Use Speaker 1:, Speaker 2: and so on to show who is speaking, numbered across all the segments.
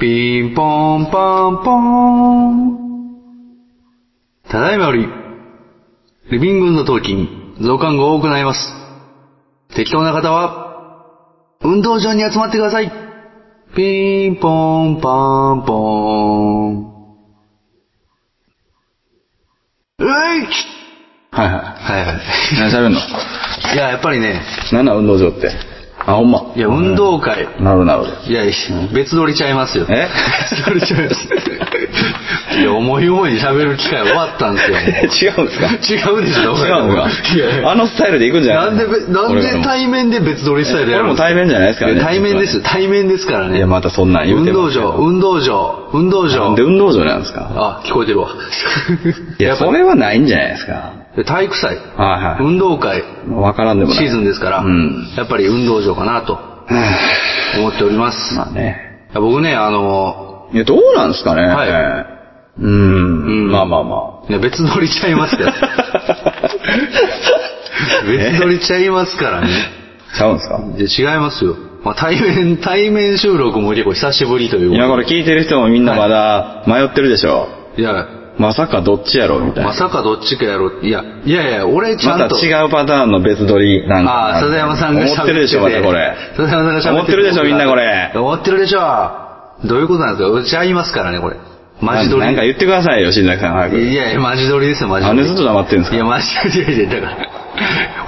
Speaker 1: ピンポンパンポーン。ただいまより、レビン軍の闘金、増刊号を行います。適当な方は、運動場に集まってください。ピンポンパンポーン。ういっ
Speaker 2: はいは
Speaker 1: はいはい。
Speaker 2: い。何喋んの
Speaker 1: いや、やっぱりね、
Speaker 2: 何なん運動場って。あ、ほんま。
Speaker 1: いや、運動会、
Speaker 2: なるほどなるほど。
Speaker 1: いや、別撮りちゃいますよ。
Speaker 2: え
Speaker 1: 別撮りちゃい ます。いや、思い思いに喋る機会終わったんですよ。
Speaker 2: 違うんですか
Speaker 1: 違うでしょ、
Speaker 2: 違うのか
Speaker 1: いやいや
Speaker 2: あのスタイルで行くんじゃない
Speaker 1: なんでべ、なん
Speaker 2: 俺ら
Speaker 1: で
Speaker 2: も
Speaker 1: 対面で別撮りしたいでやるんですか
Speaker 2: えこれも対面じゃないですからね
Speaker 1: や対面ですよ、対面ですからね。
Speaker 2: いや、またそんなん言う
Speaker 1: 運
Speaker 2: て
Speaker 1: 動
Speaker 2: ますけ
Speaker 1: 場、
Speaker 2: ど
Speaker 1: 運動場、運動
Speaker 2: なん
Speaker 1: 場
Speaker 2: で。運動場なんです
Speaker 1: あ、
Speaker 2: か
Speaker 1: 聞こえてるわ。
Speaker 2: いや、
Speaker 1: っぱ
Speaker 2: それはないんじゃないですか。
Speaker 1: 体育祭、
Speaker 2: はいは
Speaker 1: 運動会、
Speaker 2: い。わからんでもない。
Speaker 1: シーズンですから、
Speaker 2: うん
Speaker 1: やっぱり運動場かなと思っております。
Speaker 2: まあね。
Speaker 1: いや僕ね、あの、
Speaker 2: いや、どうなんですかね。
Speaker 1: はい
Speaker 2: い。う
Speaker 1: うん
Speaker 2: ん。まあまあまあ。
Speaker 1: いや別撮りちゃいます から。 別撮りちゃいますからね。
Speaker 2: ちゃうんですか
Speaker 1: で違いますよ。まあ、対面、 対面収録も結構久しぶりという
Speaker 2: い
Speaker 1: こと
Speaker 2: や、これ聞いてる人もみんなまだ迷ってるでしょ。
Speaker 1: いや、
Speaker 2: まさかどっちやろみたい
Speaker 1: ま
Speaker 2: な。
Speaker 1: さかどっちかやろ。いや、いやいや、俺ちゃ
Speaker 2: ま
Speaker 1: ん
Speaker 2: た
Speaker 1: と。
Speaker 2: 違うパターンの別撮りなんか。
Speaker 1: ああ、笹山さんが喋って
Speaker 2: 思ってるでしょ、またこれ。
Speaker 1: 笹山さんが喋って
Speaker 2: 思ってるでしょみんなこれ
Speaker 1: 思ってるでしょ。どういうことなんですかうちゃいますからね、これ。マジ撮り。
Speaker 2: なんか言ってくださいよ、新崎さん、早
Speaker 1: い
Speaker 2: く。
Speaker 1: やいや、マジ撮りですよ、マジ
Speaker 2: な
Speaker 1: 撮
Speaker 2: ん
Speaker 1: り。
Speaker 2: でずっと黙ってるんです
Speaker 1: いや、
Speaker 2: か
Speaker 1: マジで、いやいや、だから。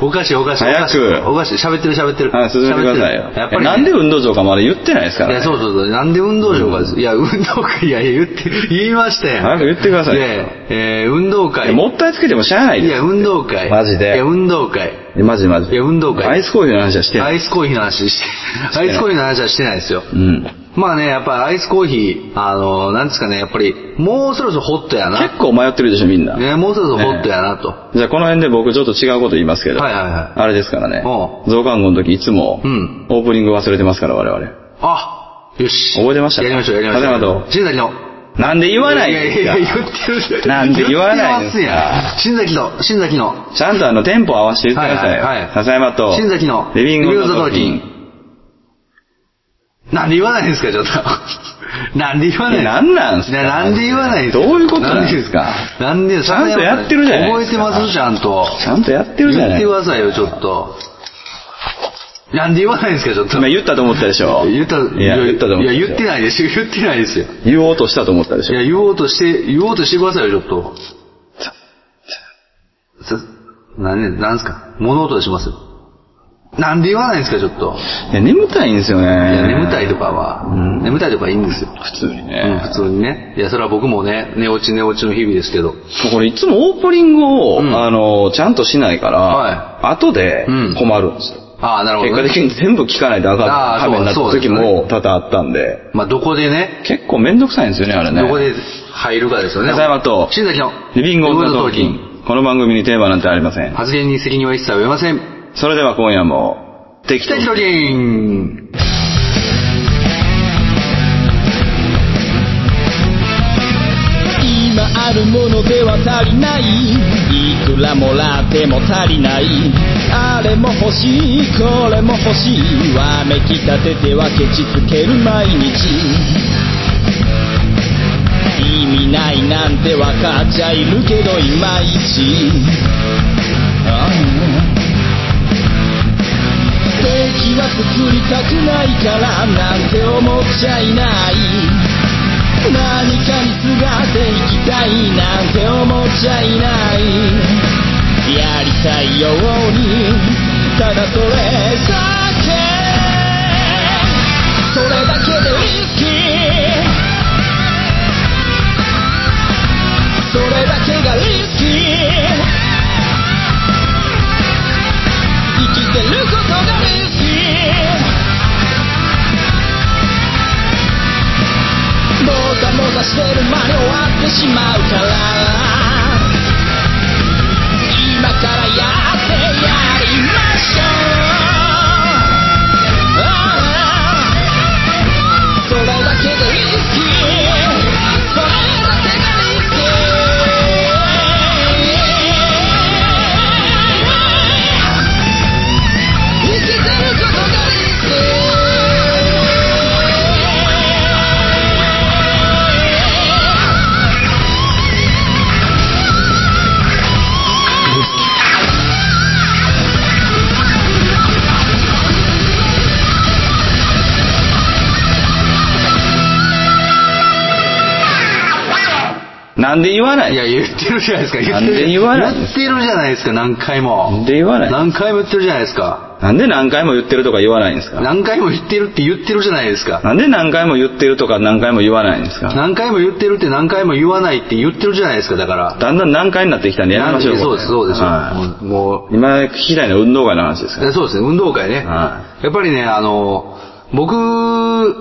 Speaker 1: おかしい、おかしい。
Speaker 2: 早く
Speaker 1: おかしい、おかしい喋ってる、喋ってる。
Speaker 2: はい、進めてくださいよ。
Speaker 1: 喋ってるやっぱりね、
Speaker 2: いやなんで運動場かまだ言ってないですか
Speaker 1: い
Speaker 2: ら
Speaker 1: や、
Speaker 2: ね。
Speaker 1: そうそうそう。なんで運動場がです、いや、運動会、いやいや、言って、言いましたやん。
Speaker 2: 早く言ってくださいよ
Speaker 1: やえー、運動
Speaker 2: い
Speaker 1: 会。
Speaker 2: やもったいつけてもしゃあない
Speaker 1: い
Speaker 2: で
Speaker 1: や、運動会。
Speaker 2: マジで
Speaker 1: いや、運動会。
Speaker 2: す。いやマジマジ。
Speaker 1: いや運動会
Speaker 2: アイスコーヒーの話はして
Speaker 1: ア
Speaker 2: ない。
Speaker 1: イスコーヒーの話して、アイスコーヒーの話はしてないですよ。
Speaker 2: うん。
Speaker 1: まあね、やっぱアイスコーヒー、あの、なんですかね、やっぱり、もうそろそろホットやな。
Speaker 2: 結構迷ってるでしょ、みんな。
Speaker 1: ね、もうそろそろホットやなと。
Speaker 2: じゃあ、この辺で僕ちょっと違うこと言いますけど。
Speaker 1: はいはいはい。
Speaker 2: あれですからね
Speaker 1: お。
Speaker 2: 増刊号の時いつも
Speaker 1: う、ん。
Speaker 2: オープニング忘れてますから、我々。
Speaker 1: あ、よし。
Speaker 2: 覚えてました
Speaker 1: やりましょう、やりましょう。
Speaker 2: なるほど
Speaker 1: 新崎の。
Speaker 2: なんで言わない
Speaker 1: いやいやいや、言
Speaker 2: ん
Speaker 1: っ
Speaker 2: です
Speaker 1: てる。
Speaker 2: なんで言わないんですか
Speaker 1: 言ってますやん新崎の、新崎の。
Speaker 2: かちゃんとあの、テンポ合わせて言ってくださいよ。
Speaker 1: はいはいはい
Speaker 2: 笹山と、
Speaker 1: 新崎の
Speaker 2: リビング
Speaker 1: リビング
Speaker 2: の
Speaker 1: の
Speaker 2: 時
Speaker 1: 時なんで言わないんですか、ちょっと。 なんで言わない
Speaker 2: いやなんなんすか
Speaker 1: いやなんで言わないんですか
Speaker 2: どういうことなんですか
Speaker 1: なんで、
Speaker 2: ちゃんとやってるじゃない
Speaker 1: 覚
Speaker 2: で
Speaker 1: え
Speaker 2: す
Speaker 1: て
Speaker 2: か
Speaker 1: ます、ちゃんと。
Speaker 2: ちゃんとやってるじゃ
Speaker 1: 言
Speaker 2: な
Speaker 1: っ
Speaker 2: い
Speaker 1: てくださいよ、ちょっと。なんで言わないんですか、ちょっと。
Speaker 2: 今言ったと思ったでしょ
Speaker 1: 言った、
Speaker 2: いや、言ったと思
Speaker 1: い
Speaker 2: っ
Speaker 1: や、
Speaker 2: たでしょ。
Speaker 1: 言ってないですよ、言ってないですよ。
Speaker 2: 言おうとしたと思ったでし
Speaker 1: い
Speaker 2: ょ
Speaker 1: や、言おうとして、言おうとしてくださいよ、ちょっと。さ、何、何すか物音がしますよ。なんで言わないんですか、ちょっと。
Speaker 2: いや、眠たいんですよね。い
Speaker 1: いや、眠たいとかは、眠たいとかはいいんですよ。
Speaker 2: 普通に
Speaker 1: うん、
Speaker 2: ね。
Speaker 1: 普通にね。いや、それは僕もね、寝落ち寝落ちの日々ですけど。
Speaker 2: これいつもオープニングを、
Speaker 1: うん
Speaker 2: あの、ちゃんとしないから、
Speaker 1: は
Speaker 2: 後で
Speaker 1: うん
Speaker 2: 困るんですよ。
Speaker 1: ああ、なるほ
Speaker 2: 結
Speaker 1: ど、
Speaker 2: 果
Speaker 1: ね。
Speaker 2: 的に全部聞かないとあかん
Speaker 1: ああ
Speaker 2: ためになった時
Speaker 1: そう
Speaker 2: も多々あったんで、
Speaker 1: まあ、どこでね、
Speaker 2: 結構めんどくさいんですよね、あれね。
Speaker 1: どこで入るかですよね。
Speaker 2: 笹山と
Speaker 1: 新崎の、
Speaker 2: リビングオンザ
Speaker 1: リビングオン
Speaker 2: トー
Speaker 1: ザトー
Speaker 2: キ
Speaker 1: キ
Speaker 2: ン。この番組にテーマなんてありません。
Speaker 1: 発言に責任は一切負えません。
Speaker 2: それでは今夜も、適
Speaker 1: 北
Speaker 2: 当に
Speaker 1: ヒロリン
Speaker 3: 今あるものでは足りないいくらもらっても足りないあれも欲しいこれも欲しいわめきたててはケチつける毎日意味ないなんてわかっちゃいるけどいまいちああ敵は作りたくないからなんて思っちゃいない何かにすがっていきたいなんて思っちゃいないやりたいようにただそれだけそれだけでリスキーそれだけがリスキー生きてることがリスキーもたもたしてる間に終わってしまうから今からやってやりましょうああそれだけでリスキーそれだけがリスキー生きてることがリスキー Yeah.
Speaker 2: なんで言わない
Speaker 1: いや、言ってるじゃないですか。
Speaker 2: なんで言わない
Speaker 1: 言ってるじゃないですか、何回も。
Speaker 2: なんで言わない
Speaker 1: 何回も言ってるじゃないですか。
Speaker 2: なんで何回も言ってるとか言わないんですか
Speaker 1: 何回も言ってるって言ってるじゃないですか。
Speaker 2: なんで何回も言ってるとか何回も言わないんですか
Speaker 1: 何回も言ってるって何回も言わないって言ってるじゃないですか、だから。
Speaker 2: だんだん難解になってきたんでやめましょう。
Speaker 1: そうです、そうです。
Speaker 2: は
Speaker 1: も
Speaker 2: い今聞きたいのは運動会の話です
Speaker 1: う、
Speaker 2: か
Speaker 1: そうですね、運動会ね。
Speaker 2: は
Speaker 1: やっぱりね、あの、僕、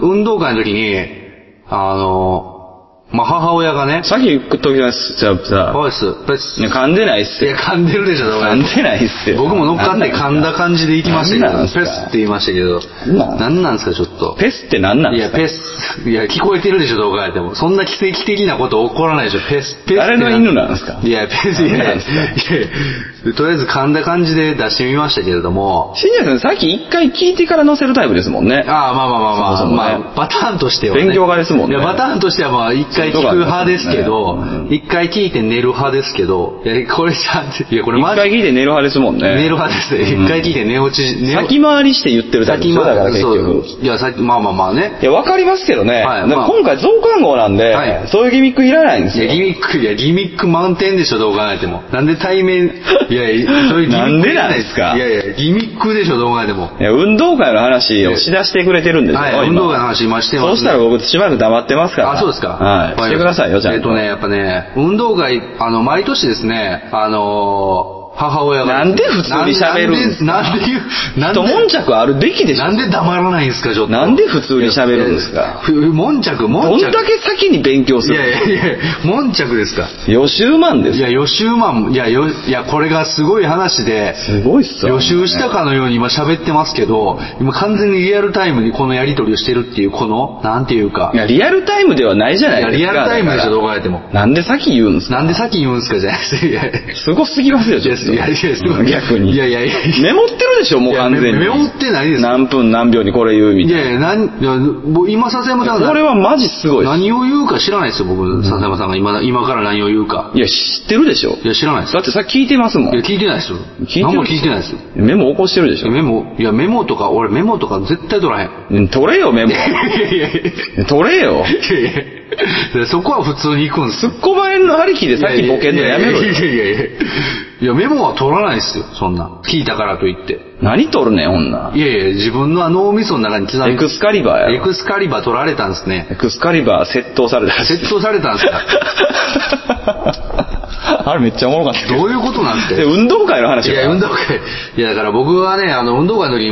Speaker 1: 運動会の時に、あの、まあ、母親がね、
Speaker 2: さっき言っときます。じゃあさ、
Speaker 1: おいっす、ペス
Speaker 2: いや噛んでないっす
Speaker 1: い
Speaker 2: よ
Speaker 1: や、。噛んでるでしょ、どうや
Speaker 2: 噛
Speaker 1: って
Speaker 2: んでないっすよ。
Speaker 1: 僕も乗っかって噛んだ感じで行きましたけ
Speaker 2: なんなん
Speaker 1: ど、
Speaker 2: すか
Speaker 1: ペスって言いましたけど、
Speaker 2: な
Speaker 1: 何なんですか、ちょっと。
Speaker 2: ペスって何なん
Speaker 1: い
Speaker 2: です
Speaker 1: や、
Speaker 2: か
Speaker 1: ペス、いや、聞こえてるでしょ、どう考えても。そんな奇跡的なこと起こらないでしょ、ペス、ペスってな。
Speaker 2: あれの犬なんですか
Speaker 1: いや、ペス、いや、いやいやとりあえず噛んだ感じで出してみましたけれども、
Speaker 2: 信也さんさっき一回聞いてから載せるタイプですもんね。
Speaker 1: ああ、まあまあまあまあ、
Speaker 2: そもそもね
Speaker 1: まあ、パターンとしては、ね。
Speaker 2: 勉強家ですもんね
Speaker 1: いや、パターンとしてはまあ、一回聞く派ですけど
Speaker 2: そういうとこありますよ、ね
Speaker 1: 一、回聞いて寝る派ですけど、いや、これじゃ、いや、これ
Speaker 2: 一
Speaker 1: マジ、
Speaker 2: 回聞いて寝る派ですもんね。
Speaker 1: 寝る派ですね。
Speaker 2: うん
Speaker 1: 一回聞いて寝落ち、寝落ち。
Speaker 2: 先回りして言ってるタイプ
Speaker 1: 先
Speaker 2: でしょ
Speaker 1: ま
Speaker 2: だから結
Speaker 1: そ
Speaker 2: 局
Speaker 1: う。。いや、先、まあまあまあ ね。
Speaker 2: いや、わかりますけどね。
Speaker 1: はい
Speaker 2: でも
Speaker 1: まあ
Speaker 2: 今回増刊号なんで、
Speaker 1: はい
Speaker 2: そういうギミックいらないんです
Speaker 1: いや、
Speaker 2: よ。
Speaker 1: ギミック、いや、ギミック満点でしょ、どう考えても。なんで対面、いやいや、そういうギミック
Speaker 2: なんでなんですか
Speaker 1: いやいや、ギミックでしょ、どう考えても。
Speaker 2: いや、運動会の話をしだしてくれてるんですよ。
Speaker 1: はい、運
Speaker 2: 今
Speaker 1: 動会の話今してます、ね。
Speaker 2: そうしたら僕しばらく黙ってますから。
Speaker 1: あ、そうですか。
Speaker 2: はい。してくださいよ、じゃあ。
Speaker 1: えっとね、やっぱね、運動会、あの、毎年ですね、あのー母親が。
Speaker 2: なんで普通に喋るんですか
Speaker 1: なんで、なんで
Speaker 2: と、
Speaker 1: 言うなん
Speaker 2: 悶
Speaker 1: で、
Speaker 2: 着あるべきでしょ
Speaker 1: なんで黙らないんですか、ちょっと。
Speaker 2: なんで普通に喋るんですか
Speaker 1: いやいやふ悶着、
Speaker 2: ど
Speaker 1: 悶
Speaker 2: ん
Speaker 1: 着。
Speaker 2: だけ先に勉強す
Speaker 1: いやい
Speaker 2: る
Speaker 1: やいや、 悶着ですか。
Speaker 2: 予習マンで
Speaker 1: い
Speaker 2: す。
Speaker 1: や、予習マン、いや、よ、いや、これがすごい話で、
Speaker 2: すごいっすよ。
Speaker 1: 予習したかのように今喋ってますけど、今完全にリアルタイムにこのやり取りをしてるっていう、この、なんていうか
Speaker 2: い、や、リアルタイムではないじゃ
Speaker 1: い
Speaker 2: な
Speaker 1: や、
Speaker 2: いです
Speaker 1: リ
Speaker 2: か。
Speaker 1: アルタイムでしょ、
Speaker 2: だ
Speaker 1: どう
Speaker 2: か
Speaker 1: 考えても。
Speaker 2: らなんで先言うんすか
Speaker 1: なんで先言うんすかじゃないですいやいや
Speaker 2: すごすぎますよ、ちょっと。
Speaker 1: いやいやすごい
Speaker 2: 逆に。
Speaker 1: いやいやいやいや
Speaker 2: メモってるでしょ、もう完全に。
Speaker 1: いやメメモってないです
Speaker 2: 何分何秒にこれ言うみ
Speaker 1: い
Speaker 2: たいな。
Speaker 1: やいや、なん、いやもう今、笹山さん
Speaker 2: これ
Speaker 1: が
Speaker 2: はマジすごいです。
Speaker 1: 何を言うか知らないですよ、僕、笹山さんが今、今から何を言うか。
Speaker 2: いや、知ってるでしょ。
Speaker 1: いや、知らないです
Speaker 2: だ。ってさ、聞いてますも
Speaker 1: いや、
Speaker 2: ん。
Speaker 1: 聞いてないですよ。
Speaker 2: てる
Speaker 1: 何も聞いてないですよ。
Speaker 2: メモ起こしてるでしょ。
Speaker 1: メモ、いや、メモとか、俺メモとか絶対取らへん。
Speaker 2: うん取れよ、メモ。
Speaker 1: いやいやいや。
Speaker 2: 取れよ。
Speaker 1: いやいや、でそこは普通に行くんですよ。
Speaker 2: 小林の張り切りでさっきボケんのやめろ
Speaker 1: いやい
Speaker 2: よ。
Speaker 1: やいやいや。いや、メモは取らないですよ、そんな。聞いたからといって。
Speaker 2: 何取るねん、女。
Speaker 1: いやいや、自分の脳みその中に刻み
Speaker 2: エクスカリバーやろ
Speaker 1: エクスカリバー取られたんですね。
Speaker 2: エクスカリバー窃盗された らしい
Speaker 1: 窃盗されたんですか
Speaker 2: あれめっちゃおもろかったけ
Speaker 1: ど
Speaker 2: ど。
Speaker 1: ういうことなん
Speaker 2: で
Speaker 1: て。
Speaker 2: 運動会の話
Speaker 1: いや、運動会。いや、だから僕はね、あの、運動会の時に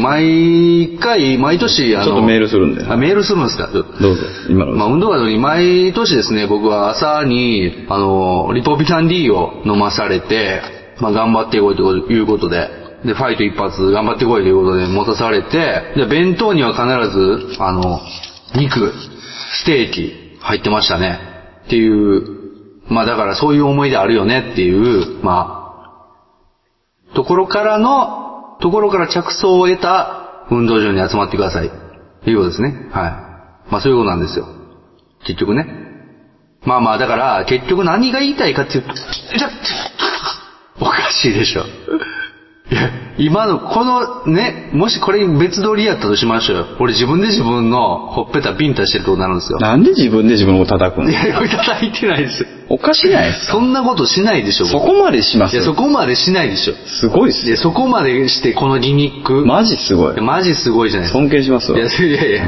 Speaker 1: 毎回、毎年、あの、
Speaker 2: ちょっとメールするんで
Speaker 1: あ、メールするんですか
Speaker 2: どうぞ、今の。
Speaker 1: まあ、運動会の時に毎年ですね、僕は朝に、あの、リポビタン D を飲まされて、まあ、頑張ってこいということで、で、ファイト一発頑張ってこいということで持たされて、で、弁当には必ず、あの、肉、ステーキ入ってましたね。っていう、まあ、だからそういう思い出あるよねっていう、まあ、ところからの、ところから着想を得た運動場に集まってください。ということですね。はい。まあそういうことなんですよ。結局ね。まあまあ、だから、結局何が言いたいかっていうと、じゃ、おかしいでしょ。いや、今の、このね、もしこれ別撮りやったとしましょうよ。俺自分で自分のほっぺたビンタしてることになるんですよ。
Speaker 2: なんで自分で自分を叩くの
Speaker 1: いや、叩いてないですよ。
Speaker 2: おかしないですか
Speaker 1: そんなことしないでしょ、
Speaker 2: そ
Speaker 1: 僕
Speaker 2: こまでしま
Speaker 1: い
Speaker 2: す
Speaker 1: や、そこまでしないでしょ。
Speaker 2: すごいっす
Speaker 1: いや、そこまでしてこのギミック。
Speaker 2: マジすごい
Speaker 1: いや。マジすごいじゃないですか。
Speaker 2: 尊敬します
Speaker 1: い
Speaker 2: わ
Speaker 1: や、。いやいや、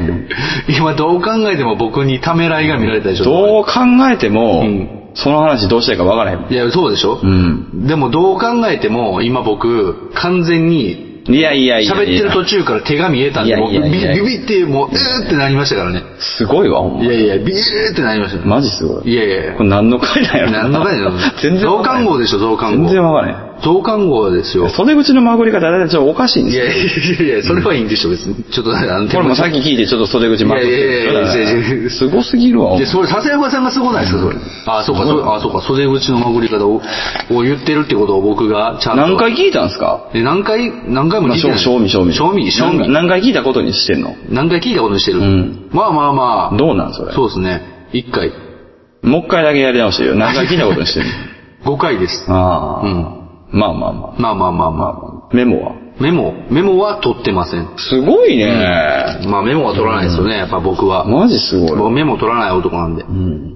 Speaker 1: 今どう考えても僕にためらいが見られたでしょ。
Speaker 2: どう考えても、
Speaker 1: うん
Speaker 2: その話どうしたいかわからへん。
Speaker 1: いや、そうでしょ、
Speaker 2: うん。
Speaker 1: でもどう考えても、今僕、完全に、
Speaker 2: いやいやいや
Speaker 1: 喋っ
Speaker 2: い
Speaker 1: てる
Speaker 2: や。
Speaker 1: 途中から手が見えたんで、
Speaker 2: いや
Speaker 1: 僕
Speaker 2: いや
Speaker 1: ビ
Speaker 2: いやいや
Speaker 1: ビビって、もう、うーってなりましたからね。
Speaker 2: すごいわ、ほん
Speaker 1: い
Speaker 2: ま。
Speaker 1: やいや、ビーってなりましたね。
Speaker 2: マジすごい。
Speaker 1: いやいやいや
Speaker 2: これ何の回なんやろな
Speaker 1: 何の回だよ
Speaker 2: 全然わ
Speaker 1: 増
Speaker 2: からへ
Speaker 1: 刊
Speaker 2: ん。
Speaker 1: 号でしょ、増刊号。
Speaker 2: 全然わからへん。
Speaker 1: 増刊号ですよ。
Speaker 2: 袖口のまぐり方、だいたいちょっとおかしいんで
Speaker 1: い
Speaker 2: すよ。
Speaker 1: やいやいやいや、それはいいんでしょ、別に。ちょっと、あの、
Speaker 2: これもさっき聞いて、ちょっと袖口まぐってる
Speaker 1: いやいやいやいやいや
Speaker 2: すごすぎるわ、ほん
Speaker 1: で、
Speaker 2: ま
Speaker 1: それ、笹山さんがすごないですか、それ。あ、そうか、そあ、そうか、袖口のまぐり方を、を言ってるってことを僕が、ちゃんと。
Speaker 2: 何回聞いたんすか
Speaker 1: え、何回、何回も
Speaker 2: まあ
Speaker 1: 聞いてない。
Speaker 2: 賞味、賞味。
Speaker 1: 賞味、賞
Speaker 2: 何
Speaker 1: 味。
Speaker 2: 何回聞いたことにしてんの
Speaker 1: 何回聞いたことにしてる。
Speaker 2: うん
Speaker 1: まあまあまあ。
Speaker 2: どうなんそれ。
Speaker 1: そうですね。1回。
Speaker 2: もう一回だけやり直してよ。何回聞いた ことにしてんの
Speaker 1: 5回です。
Speaker 2: あ
Speaker 1: う
Speaker 2: あ。
Speaker 1: ん。
Speaker 2: まあまあま
Speaker 1: まあまあまあま
Speaker 2: あ。メモは
Speaker 1: あ。メモ、メモは取ってません。
Speaker 2: すごいね。
Speaker 1: まあメモは取らないですよね、やっぱ僕は。
Speaker 2: マジすご
Speaker 1: 僕
Speaker 2: い。
Speaker 1: メモ取らない男なんで。
Speaker 2: ん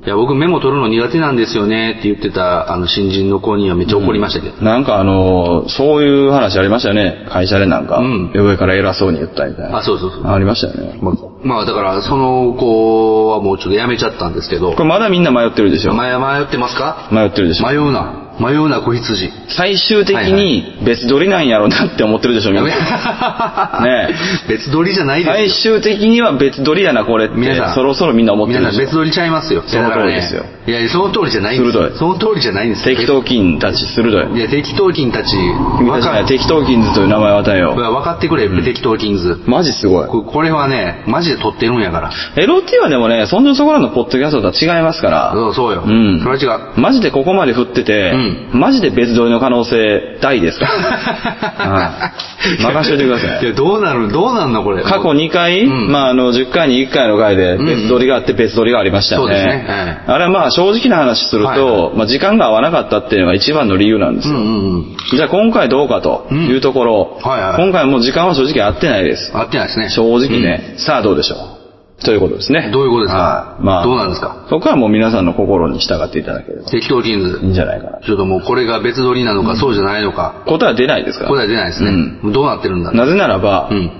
Speaker 1: いや、僕メモ取るの苦手なんですよねって言ってた、あの、新人の子にはめっちゃ怒りましたけど。
Speaker 2: なんかあの、そういう話ありましたよね。会社でなんか、
Speaker 1: うん
Speaker 2: 上から偉そうに言ったみたいな。
Speaker 1: あ、そうそうそう。
Speaker 2: ありましたよね。
Speaker 1: まあ、まあだから、その子はもうちょっとやめちゃったんですけど
Speaker 2: こ。れまだみんな迷ってるでしょ。
Speaker 1: 迷迷ってますか
Speaker 2: 迷ってるでしょ。
Speaker 1: 迷うな。迷うな、子羊。
Speaker 2: 最終的
Speaker 1: はい
Speaker 2: に別撮りなんやろうなって思ってるでしょ、みん
Speaker 1: やめ。
Speaker 2: な。ね
Speaker 1: 別撮りじゃないで
Speaker 2: 最
Speaker 1: すよ。
Speaker 2: 終的には別撮りやな、これって
Speaker 1: 皆さ。ん
Speaker 2: そろそろみんな思ってる
Speaker 1: 皆
Speaker 2: で
Speaker 1: さん
Speaker 2: し
Speaker 1: 別
Speaker 2: ょ。
Speaker 1: 撮りちゃいますよ。
Speaker 2: その通りですよ
Speaker 1: だからねいやいや、その通りじゃないんです
Speaker 2: 鋭い
Speaker 1: その通りじゃないんです
Speaker 2: 適当金たち鋭
Speaker 1: い
Speaker 2: い。
Speaker 1: や、適当金たち、
Speaker 2: 君
Speaker 1: わ
Speaker 2: たちに
Speaker 1: か
Speaker 2: は適当金ズという名前を与えよ
Speaker 1: 分かってくれ、適当金ズ。
Speaker 2: う。マジすごい。
Speaker 1: ここれはね、マジで撮ってるんやから。
Speaker 2: LT はでもね、そんじょそこらのポッドキャストとは違いますから、
Speaker 1: そうそうよ。
Speaker 2: うん
Speaker 1: それは違う。
Speaker 2: マジでここまで振ってて、
Speaker 1: う
Speaker 2: マジで別撮りの可能性大で すから。はい任しといてください
Speaker 1: い。や、どうなる、どうなんのこれ。
Speaker 2: 過去2回、
Speaker 1: うん
Speaker 2: まあ、あの、10回に1回の回で
Speaker 1: うん
Speaker 2: 別撮りがあって別撮りがありましたよ
Speaker 1: そう
Speaker 2: ね。
Speaker 1: ですねはい
Speaker 2: あれはまあ、正直な話すると、
Speaker 1: はいは
Speaker 2: まあ、時間が合わなかったっていうのが一番の理由なんです
Speaker 1: うん
Speaker 2: よ。
Speaker 1: うんうん。
Speaker 2: じゃあ今回どうかというところ、
Speaker 1: うんはいはい
Speaker 2: 今回はもう時間は正直合ってないです。
Speaker 1: 合ってないですね。
Speaker 2: 正直ね、さあどうでしょうということですね。
Speaker 1: どういうことですか
Speaker 2: はいまあ、
Speaker 1: どうなんですか
Speaker 2: そこはもう皆さんの心に従っていただければい
Speaker 1: 適当金ズ
Speaker 2: い。んじゃないかな。
Speaker 1: ちょっともうこれが別撮りなのか、そうじゃないのか、
Speaker 2: 答えは出ないですから。
Speaker 1: 答え出ないですね。どうなってるんだ
Speaker 2: うん。なぜならば、
Speaker 1: うん。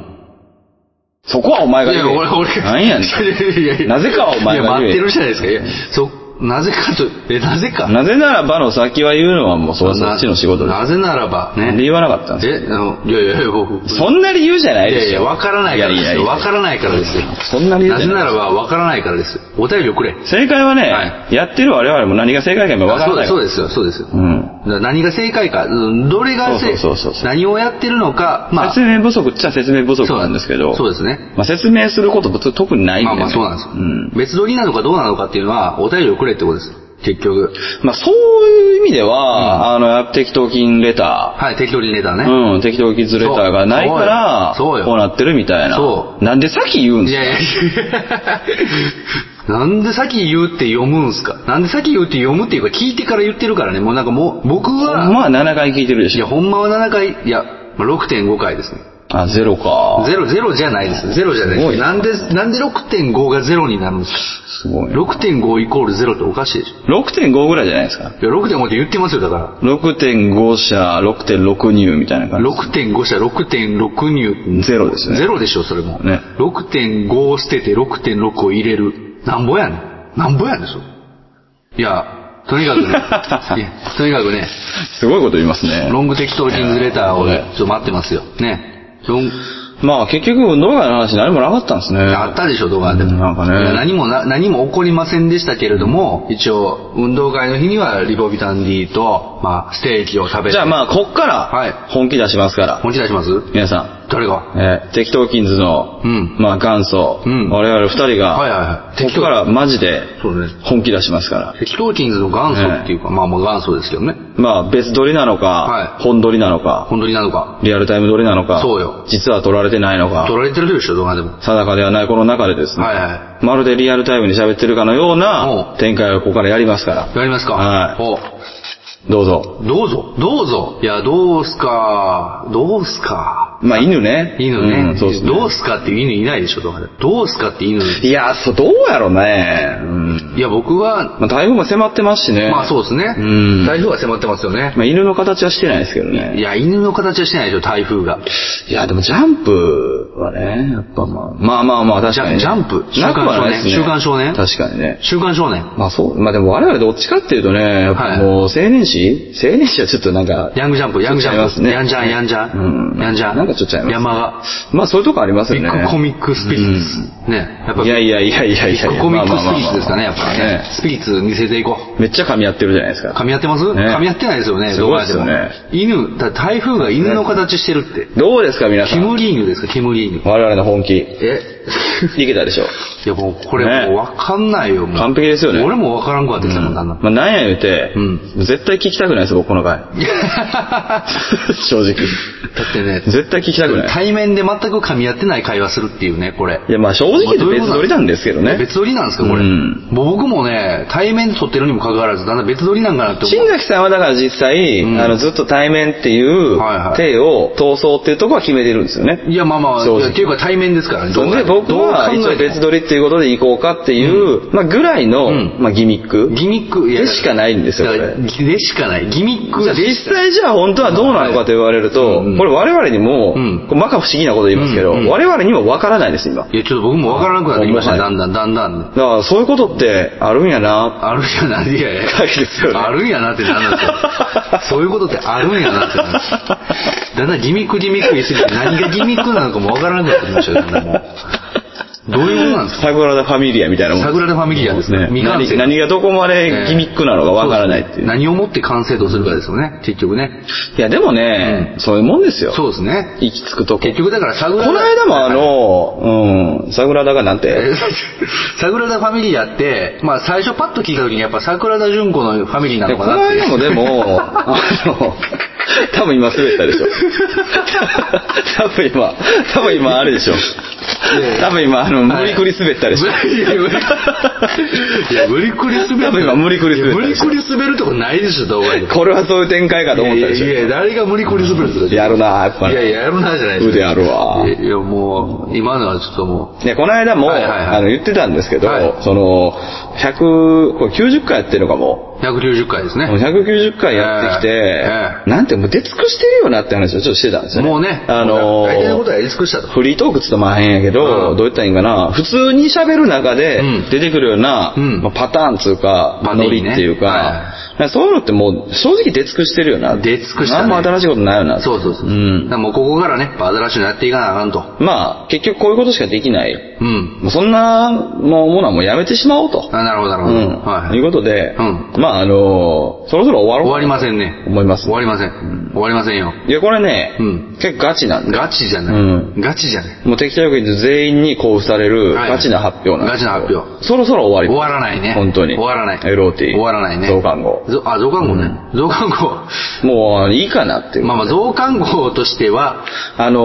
Speaker 2: そこはお前
Speaker 1: い
Speaker 2: が
Speaker 1: や、
Speaker 2: 言え。
Speaker 1: 俺、俺が。
Speaker 2: なんやね ん。
Speaker 1: いやいや
Speaker 2: なぜかはお前が言え
Speaker 1: いや、待ってるじゃないですか。いや、そ、なぜかと、え、なぜか。
Speaker 2: なぜならばの先は言うのはもうそそっちの仕事です。
Speaker 1: なぜならば、
Speaker 2: なんで
Speaker 1: ね。
Speaker 2: 言わなかったんですか
Speaker 1: え、あの、いやいやいや、僕、
Speaker 2: そんな理由じゃない
Speaker 1: い
Speaker 2: で
Speaker 1: や
Speaker 2: すよ。
Speaker 1: いや、わからないからで
Speaker 2: や
Speaker 1: す
Speaker 2: や
Speaker 1: よ。
Speaker 2: や
Speaker 1: わからないからですよ。
Speaker 2: そんな理由
Speaker 1: な
Speaker 2: じ
Speaker 1: ぜ
Speaker 2: ゃない
Speaker 1: ならば、わからないからです。お便りをくれ。
Speaker 2: 正解はね、
Speaker 1: は
Speaker 2: やってる我々も何が正解かもわからない。
Speaker 1: そうです、そうですよ、そうですよ。
Speaker 2: うん。
Speaker 1: だから何が正解か、うんどれが正
Speaker 2: そうそうそうそう
Speaker 1: 何をやってるのか、まあ
Speaker 2: 説、明不足っちゃ説明不足
Speaker 1: そう
Speaker 2: なんですけど、
Speaker 1: そうですね。
Speaker 2: まあ、説明することも特にないん
Speaker 1: ま
Speaker 2: で、
Speaker 1: あ
Speaker 2: ね。
Speaker 1: まあそうなんですよ。
Speaker 2: うん。
Speaker 1: 別撮りなのかどうなのかっていうのは、お便りをくれってことです。結局。
Speaker 2: まあそういう意味では、あの、適当金レタ
Speaker 1: はい、適当にネタね。
Speaker 2: ー、うん、適当金ズレターがないから、
Speaker 1: そうそうよ
Speaker 2: こうなってるみたいな。
Speaker 1: そ
Speaker 2: なんで先言うん
Speaker 1: い
Speaker 2: ですか
Speaker 1: やいや いやなんで先言うって読むんすかなんで先言うって読むっていうか聞いてから言ってるからね。もうなんかもう、僕は、
Speaker 2: まあ7回聞いてるで
Speaker 1: い
Speaker 2: し
Speaker 1: や、
Speaker 2: ょ。
Speaker 1: ほんまは7回、いや、まあ6.5回ですね。
Speaker 2: あ、ゼロか。
Speaker 1: ゼロ、ゼロじゃないです。ゼロじゃない
Speaker 2: す
Speaker 1: で
Speaker 2: ご
Speaker 1: す。
Speaker 2: い
Speaker 1: なんで、なんで6.5がゼロになるんです
Speaker 2: すごい
Speaker 1: か。6.5イコールゼロっておかしいでしょ。
Speaker 2: 6.5ぐらいじゃないですか。
Speaker 1: いや、6.5って言ってますよ、だか
Speaker 2: 6.5社、6.6入みたいな
Speaker 1: ら。
Speaker 2: 感じ。
Speaker 1: 6.5したら6.6入。
Speaker 2: ゼロですね
Speaker 1: ゼロでしょ、それも。
Speaker 2: ね
Speaker 1: 6.5を捨てて6.6を入れる。なんぼやねん。なんぼやねん、それ。いや、とにかく ね。いやとにかくね、
Speaker 2: すごいこと言いますね。
Speaker 1: ロング適当人ズレターを
Speaker 2: ね
Speaker 1: ちょっと待ってますよ。ね。ロン
Speaker 2: まあ結局、動画の話何もなかったんですね。
Speaker 1: あったでしょ、動画でも。
Speaker 2: うんなんかね
Speaker 1: いや何もな、何も起こりませんでしたけれども、一応、運動会の日にはリボビタン D と、まあ、ステーキを食べて。
Speaker 2: じゃあまあ、こっか
Speaker 1: はい
Speaker 2: ら、本気出しますから。
Speaker 1: 本気出します
Speaker 2: 皆さ
Speaker 1: 誰が
Speaker 2: ん、えー、適当キンズの、
Speaker 1: うん
Speaker 2: まあ元祖、
Speaker 1: うん
Speaker 2: 我々二人
Speaker 1: はい
Speaker 2: が、
Speaker 1: はいはい。
Speaker 2: こっからマジで、
Speaker 1: そうね。
Speaker 2: 本気出しますから。
Speaker 1: 適当キンズの元祖っていうか、まあもう元祖ですけどね。
Speaker 2: まあ、別撮りなの
Speaker 1: は
Speaker 2: か、本撮りなのか、
Speaker 1: 本当になのか。
Speaker 2: リアルタイム撮りなのか、
Speaker 1: そうよ
Speaker 2: 実は撮られてないのか
Speaker 1: 撮、られてるでしょ、動画でも。は
Speaker 2: 定かではないこの中でです
Speaker 1: い
Speaker 2: ね、
Speaker 1: は
Speaker 2: まるでリアルタイムに喋ってるかのよう
Speaker 1: う
Speaker 2: なん展開をここからやりますから
Speaker 1: い。。やりますか
Speaker 2: はいどうぞ。
Speaker 1: おどうぞ、どうぞ。いや、どうすか、どうすか。
Speaker 2: まあ、犬ね。
Speaker 1: 犬ね。
Speaker 2: うんそうですね。
Speaker 1: どうすかっていう犬いないでしょ、動画で。どうすかって犬。い
Speaker 2: いや、そう、どうやろうね。うん。
Speaker 1: や、僕は、
Speaker 2: まあ、台風も迫ってますしね。
Speaker 1: まあそうですね。
Speaker 2: うん
Speaker 1: 台風は迫ってますよね。
Speaker 2: まあ、犬の形はしてないですけど
Speaker 1: い
Speaker 2: ね。
Speaker 1: や、犬の形はしてないでしょ、台風が。
Speaker 2: いや、でもジャンプはね、やっぱまあ。まあまあまあ、確かに、ね。
Speaker 1: ジャンプ
Speaker 2: なくはないですね。
Speaker 1: 週刊少年
Speaker 2: 確かにね。
Speaker 1: 週刊少年。
Speaker 2: まあそう、まあでも我々どっちかっていうとね、やっ
Speaker 1: は
Speaker 2: ぱ
Speaker 1: い
Speaker 2: もう青年誌青年誌はちょっとなんか、
Speaker 1: ヤングジャンプ、ヤングジャンプ。
Speaker 2: ちょっとちゃいますね
Speaker 1: ヤンジャン、ヤンジャン。
Speaker 2: うん
Speaker 1: ヤンジャン。
Speaker 2: なんかちょっとちゃいますね
Speaker 1: 山が。
Speaker 2: まあそういうとこあります
Speaker 1: ビ
Speaker 2: よね。
Speaker 1: ッグコミックスピリッツ。ね。やっぱ
Speaker 2: いやいやいやいやい
Speaker 1: ビッ
Speaker 2: や
Speaker 1: グ コミックスピリッツですかね、やっぱ
Speaker 2: まあまあまあ
Speaker 1: ね
Speaker 2: ま。
Speaker 1: スピリッツ見せていこう。
Speaker 2: あめっちゃ噛み合ってるじゃないですか。
Speaker 1: 噛み合ってます、
Speaker 2: ね
Speaker 1: 噛み合ってないですよね、
Speaker 2: すごいですよね
Speaker 1: 動画でも犬、だ台風が犬の形してるって。
Speaker 2: どうですか皆さ
Speaker 1: キ
Speaker 2: ん。
Speaker 1: ムリーヌですか、キムリーヌ。
Speaker 2: 我々の本気。
Speaker 1: え、
Speaker 2: いけたでしょ。
Speaker 1: いやもうこれもうわかんないよ、もう。
Speaker 2: 完璧ですよね
Speaker 1: 俺もわからんくなってきたもん、だんだん。
Speaker 2: まあ、なんや言うて、
Speaker 1: う
Speaker 2: 絶対聞きたくないです、僕この 回。正直。
Speaker 1: だってね、
Speaker 2: 絶対聞きたくない。
Speaker 1: 対面で全く噛み合ってない会話するっていうね、これ。
Speaker 2: いや、まあ正直で別撮りなんですけどね。
Speaker 1: 別撮りなんですか、これ。
Speaker 2: うん
Speaker 1: もう僕もね、対面で撮ってるにもかかわらず、だんだん別撮りなんかなって思
Speaker 2: 新
Speaker 1: う。
Speaker 2: 垣さんはだから実際、
Speaker 1: うん
Speaker 2: あの、ずっと対面っていう
Speaker 1: はいはい
Speaker 2: 手を通そうっていうところは決めてるんですよね。
Speaker 1: いや、まあまあ、
Speaker 2: 正直
Speaker 1: いやっていうか対面ですからね。
Speaker 2: そ
Speaker 1: どう考
Speaker 2: れ
Speaker 1: え
Speaker 2: で僕は
Speaker 1: どう
Speaker 2: 一
Speaker 1: 考え
Speaker 2: 応
Speaker 1: ても
Speaker 2: 別撮りっていうことで行こうかっていう、まあぐらいの、
Speaker 1: うん
Speaker 2: まあギミック。
Speaker 1: ギミック、
Speaker 2: でしかないんですよ
Speaker 1: だから
Speaker 2: こ
Speaker 1: でしかない。ギミック
Speaker 2: じゃあ
Speaker 1: で
Speaker 2: 実際じゃあ本当はどうなのかと言われると、
Speaker 1: うんうん
Speaker 2: これ我々にも、
Speaker 1: うん
Speaker 2: こうまか不思議なこと言いますけど、
Speaker 1: うんうん
Speaker 2: 我々にもわからないです、今。だ
Speaker 1: いや、ちょっと僕もわからなくなってきましたね、だんだん、だんだんね。
Speaker 2: からそういうことってあるんやな、
Speaker 1: あるんやな、いやい や。
Speaker 2: 感じですよね
Speaker 1: あるんやなってなんなんですよ。そういうことってあるんやなってなんですよだんだんギミックギミック言いすぎて何がギミックなのかもわからなくなってきましたよ、だんだんもうどういうものなんですか
Speaker 2: サグラダ・ファミリアみたいなもん
Speaker 1: サグラダ・ファミリアですね。
Speaker 2: ね
Speaker 1: 未完成
Speaker 2: 何。何がどこまでギミックなのかわからないっていう。
Speaker 1: 何をもって完成度するかですよね、結局ね。
Speaker 2: いや、でもね、そういうもんですよ。
Speaker 1: そうですね。
Speaker 2: 行き着くとこ。
Speaker 1: 結局だからサグ
Speaker 2: こ
Speaker 1: ラダ。
Speaker 2: の間もあの、うん、サグラダがなん
Speaker 1: え
Speaker 2: て、
Speaker 1: ー サグラダ・ファミリアって、まあ最初パッと聞いた時にやっぱ桜田淳子のファミリーなの
Speaker 2: こ
Speaker 1: か
Speaker 2: の
Speaker 1: なっていう。
Speaker 2: 間もで も、あの、多分今滑ったでしょ。多分今、多分今あれでしょ
Speaker 1: やい。や
Speaker 2: 多分今、あの、無理くり滑ったでし ょ。
Speaker 1: いや無理いや無理くり滑る。
Speaker 2: 多分今無理くり滑った
Speaker 1: いや無理くり滑るとこないでしょ、動画に。
Speaker 2: これはそういう展開かと思っ
Speaker 1: い
Speaker 2: た
Speaker 1: や
Speaker 2: で
Speaker 1: い
Speaker 2: し
Speaker 1: やいや、誰が無理くり滑るんです
Speaker 2: ょ。
Speaker 1: か
Speaker 2: やるなやっぱ
Speaker 1: いやい
Speaker 2: り。
Speaker 1: や、やるなじゃないですか。
Speaker 2: 腕あるわ
Speaker 1: いやいや、もう、今のはちょっとも
Speaker 2: で、この間も、
Speaker 1: はいはいはい
Speaker 2: あの、言ってたんですけど、
Speaker 1: はい
Speaker 2: その、100、これ90回やってるのかも。
Speaker 1: う、190回ですね。
Speaker 2: もう190回やってきて、
Speaker 1: え
Speaker 2: なんてもう出尽くしてるよなって話をちょっとしてたんですよね。
Speaker 1: もうね、
Speaker 2: あのー
Speaker 1: 大体のことはやり尽くしたと。
Speaker 2: フリートークっつってもあへんやけど、
Speaker 1: うん
Speaker 2: どう言ったらいいんかな、普通に喋る中で
Speaker 1: うん
Speaker 2: 出てくるような、
Speaker 1: うん
Speaker 2: まあパターンつうか、
Speaker 1: まあ
Speaker 2: ノリっていうか、
Speaker 1: は
Speaker 2: そういうのってもう正直出尽くしてるよな。
Speaker 1: 出尽くしたね
Speaker 2: 何も新しいことないよな。
Speaker 1: そうそうそう。
Speaker 2: ん
Speaker 1: だからもうここからね、やっぱ新しいのやっていかなあかんと。
Speaker 2: まあ、結局こういうことしかできない。
Speaker 1: うん。
Speaker 2: もうそんなもうものはもうやめてしまおうと。
Speaker 1: あなるほど、なる
Speaker 2: う
Speaker 1: ほど。
Speaker 2: ん。、
Speaker 1: はい
Speaker 2: うことで、
Speaker 1: うん
Speaker 2: まああのーそろそろ終わろう
Speaker 1: 終わりま
Speaker 2: ん。
Speaker 1: せんね。
Speaker 2: 思います
Speaker 1: 終。わりません。終わりませんよ。
Speaker 2: いや、これね、
Speaker 1: うん
Speaker 2: 結構ガチなんで。
Speaker 1: ガチじゃない。
Speaker 2: う
Speaker 1: ガチじゃない。
Speaker 2: もう適当よく言うと全員に交付される
Speaker 1: はい
Speaker 2: ガチな発表なんですよ
Speaker 1: ガチな発表
Speaker 2: そろそろ終わり
Speaker 1: 終
Speaker 2: ます。
Speaker 1: わらないね。
Speaker 2: 本当に。
Speaker 1: 終わらない。
Speaker 2: LOT。
Speaker 1: 終わらないね。
Speaker 2: 増刊号。
Speaker 1: ぞあ、増刊号ね。増刊 号。
Speaker 2: もう、いいかなっていう。
Speaker 1: まあまあ、増刊号としては、
Speaker 2: あの